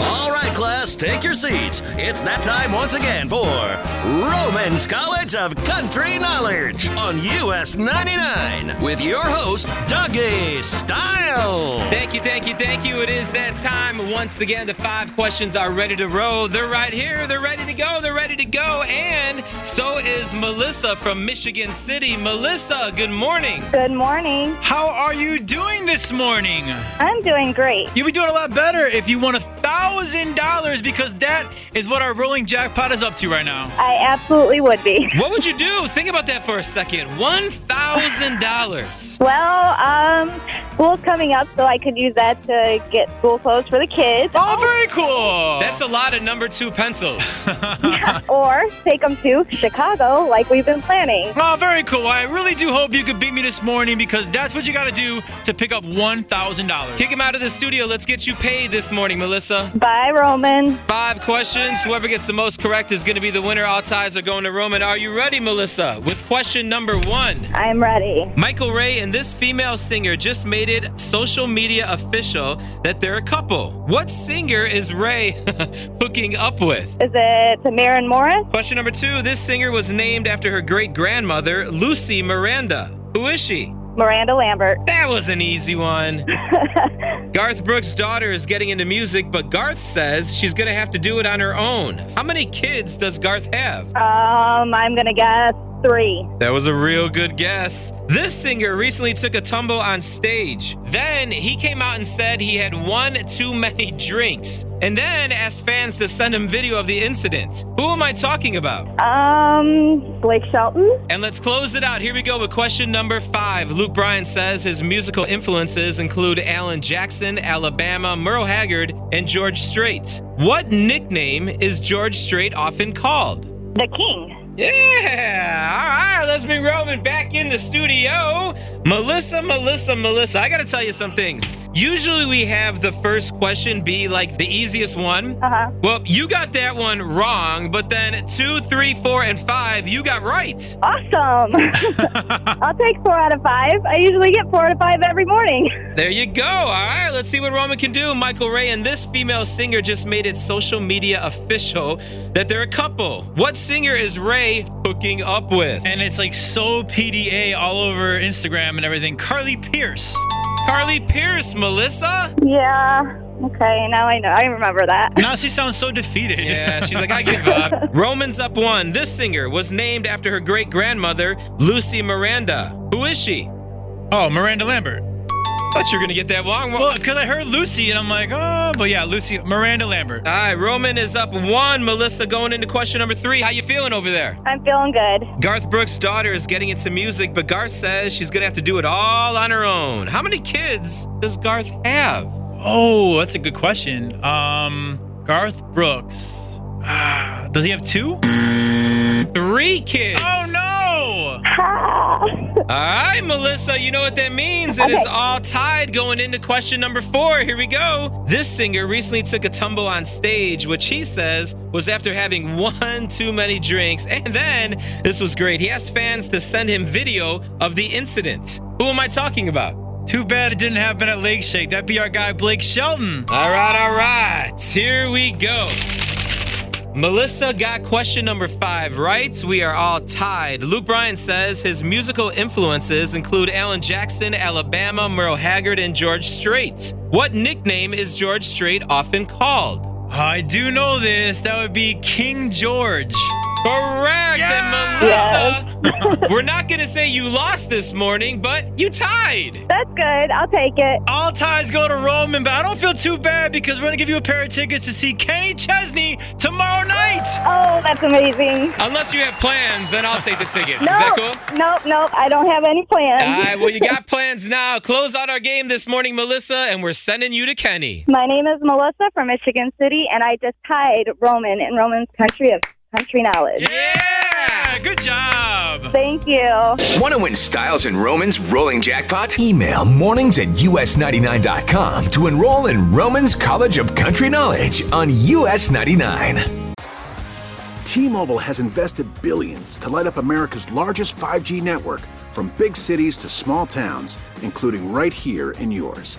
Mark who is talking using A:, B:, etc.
A: All right, class, take your seats. It's that time once again for Roman's College of Country Knowledge on US 99 with your host, Dougie Style.
B: Thank you, thank you, thank you. It is that time once again. The five questions are ready to roll. They're right here. They're ready to go. They're ready to go. And so is Melissa from Michigan City. Melissa, good morning.
C: Good morning.
B: How are you doing this morning?
C: I'm doing great.
B: You'll be doing a lot better if you won a thousand dollars because that is what our rolling jackpot is up to right now.
C: I absolutely would be.
B: What would you do? Think about that for a second. One thousand dollars.
C: Well, um, school's coming up, so I could use that to get school clothes for the kids.
B: Oh, very cool. That's a lot of number two pencils.
C: Or take them to Chicago like we've been planning.
B: Oh, very cool. I really do hope you could beat me this morning because that's what you got to do to pick up $1,000. Kick him out of the studio. Let's get you paid this morning, Melissa.
C: Bye, Roman.
B: Five questions. Whoever gets the most correct is going to be the winner. All ties are going to Roman. Are you ready, Melissa? With question number one.
C: I'm ready.
B: Michael Ray and this female singer just made it social media official that they're a couple. What singer is Ray hooking up with?
C: Is it Tamara and Morris?
B: Question number two This singer was named after her great grandmother, Lucy Miranda. Who is she?
C: Miranda Lambert.
B: That was an easy one. Garth Brooks' daughter is getting into music, but Garth says she's going to have to do it on her own. How many kids does Garth have?
C: Um, I'm gonna guess three.
B: That was a real good guess. This singer recently took a tumble on stage. Then he came out and said he had one too many drinks, and then asked fans to send him video of the incident. Who am I talking about?
C: Um, Blake Shelton.
B: And let's close it out. Here we go with question number five. Luke Bryan says his musical influences include Alan Jackson, Alabama, Merle Haggard, and George Strait. What nickname is George Strait often called?
C: The King.
B: Yeah! All right, let's bring Roman back in the studio. Melissa, Melissa, Melissa, I gotta tell you some things. Usually we have the first question be like the easiest one.
C: Uh huh.
B: Well, you got that one wrong, but then two, three, four, and five, you got right.
C: Awesome. I'll take four out of five. I usually get four out of five every morning.
B: There you go. All right, let's see what Roman can do. Michael Ray and this female singer just made it social media official that they're a couple. What singer is Ray hooking up with?
D: And it's like so PDA all over Instagram and everything. Carly Pierce.
B: Carly Pierce, Melissa?
C: Yeah. Okay. Now I know. I remember that.
D: Now she sounds so defeated.
B: Yeah, she's like, I give up. Roman's up one. This singer was named after her great grandmother, Lucy Miranda. Who is she?
D: Oh, Miranda Lambert.
B: Thought you were gonna get that wrong.
D: Well, because I heard Lucy and I'm like, oh, but yeah, Lucy, Miranda Lambert.
B: All right, Roman is up one. Melissa going into question number three. How you feeling over there?
C: I'm feeling good.
B: Garth Brooks' daughter is getting into music, but Garth says she's gonna have to do it all on her own. How many kids does Garth have?
D: Oh, that's a good question. Um, Garth Brooks. Ah, Does he have two?
B: Three kids.
D: Oh no!
C: Ah.
B: All right, Melissa, you know what that means. It is all tied going into question number four. Here we go. This singer recently took a tumble on stage, which he says was after having one too many drinks. And then, this was great, he asked fans to send him video of the incident. Who am I talking about?
D: Too bad it didn't happen at Lake Shake. That'd be our guy Blake Shelton.
B: All right, all right. Here we go. Melissa got question number five right. We are all tied. Luke Bryan says his musical influences include Alan Jackson, Alabama, Merle Haggard, and George Strait. What nickname is George Strait often called?
D: I do know this. That would be King George.
B: Correct.
C: Yes.
B: And Melissa, we're not going to say you lost this morning, but you tied.
C: That's good. I'll take it.
D: All ties go to Roman, but I don't feel too bad because we're gonna give you a pair of tickets to see Kenny Chesney tomorrow night.
C: Oh, that's amazing.
B: Unless you have plans, then I'll take the tickets. Is that
C: Nope.
B: cool?
C: Nope, nope. I don't have any plans.
B: All right, well, you got plans now. Close out our game this morning, Melissa, and we're sending you to Kenny.
C: My name is Melissa from Michigan City, and I just tied Roman in Roman's country of country knowledge.
D: Yeah, good job.
C: Thank you.
A: Want to win Styles and Roman's rolling jackpot? Email mornings at us99.com to enroll in Roman's College of Country Knowledge on US 99.
E: T-Mobile has invested billions to light up America's largest 5G network from big cities to small towns, including right here in yours.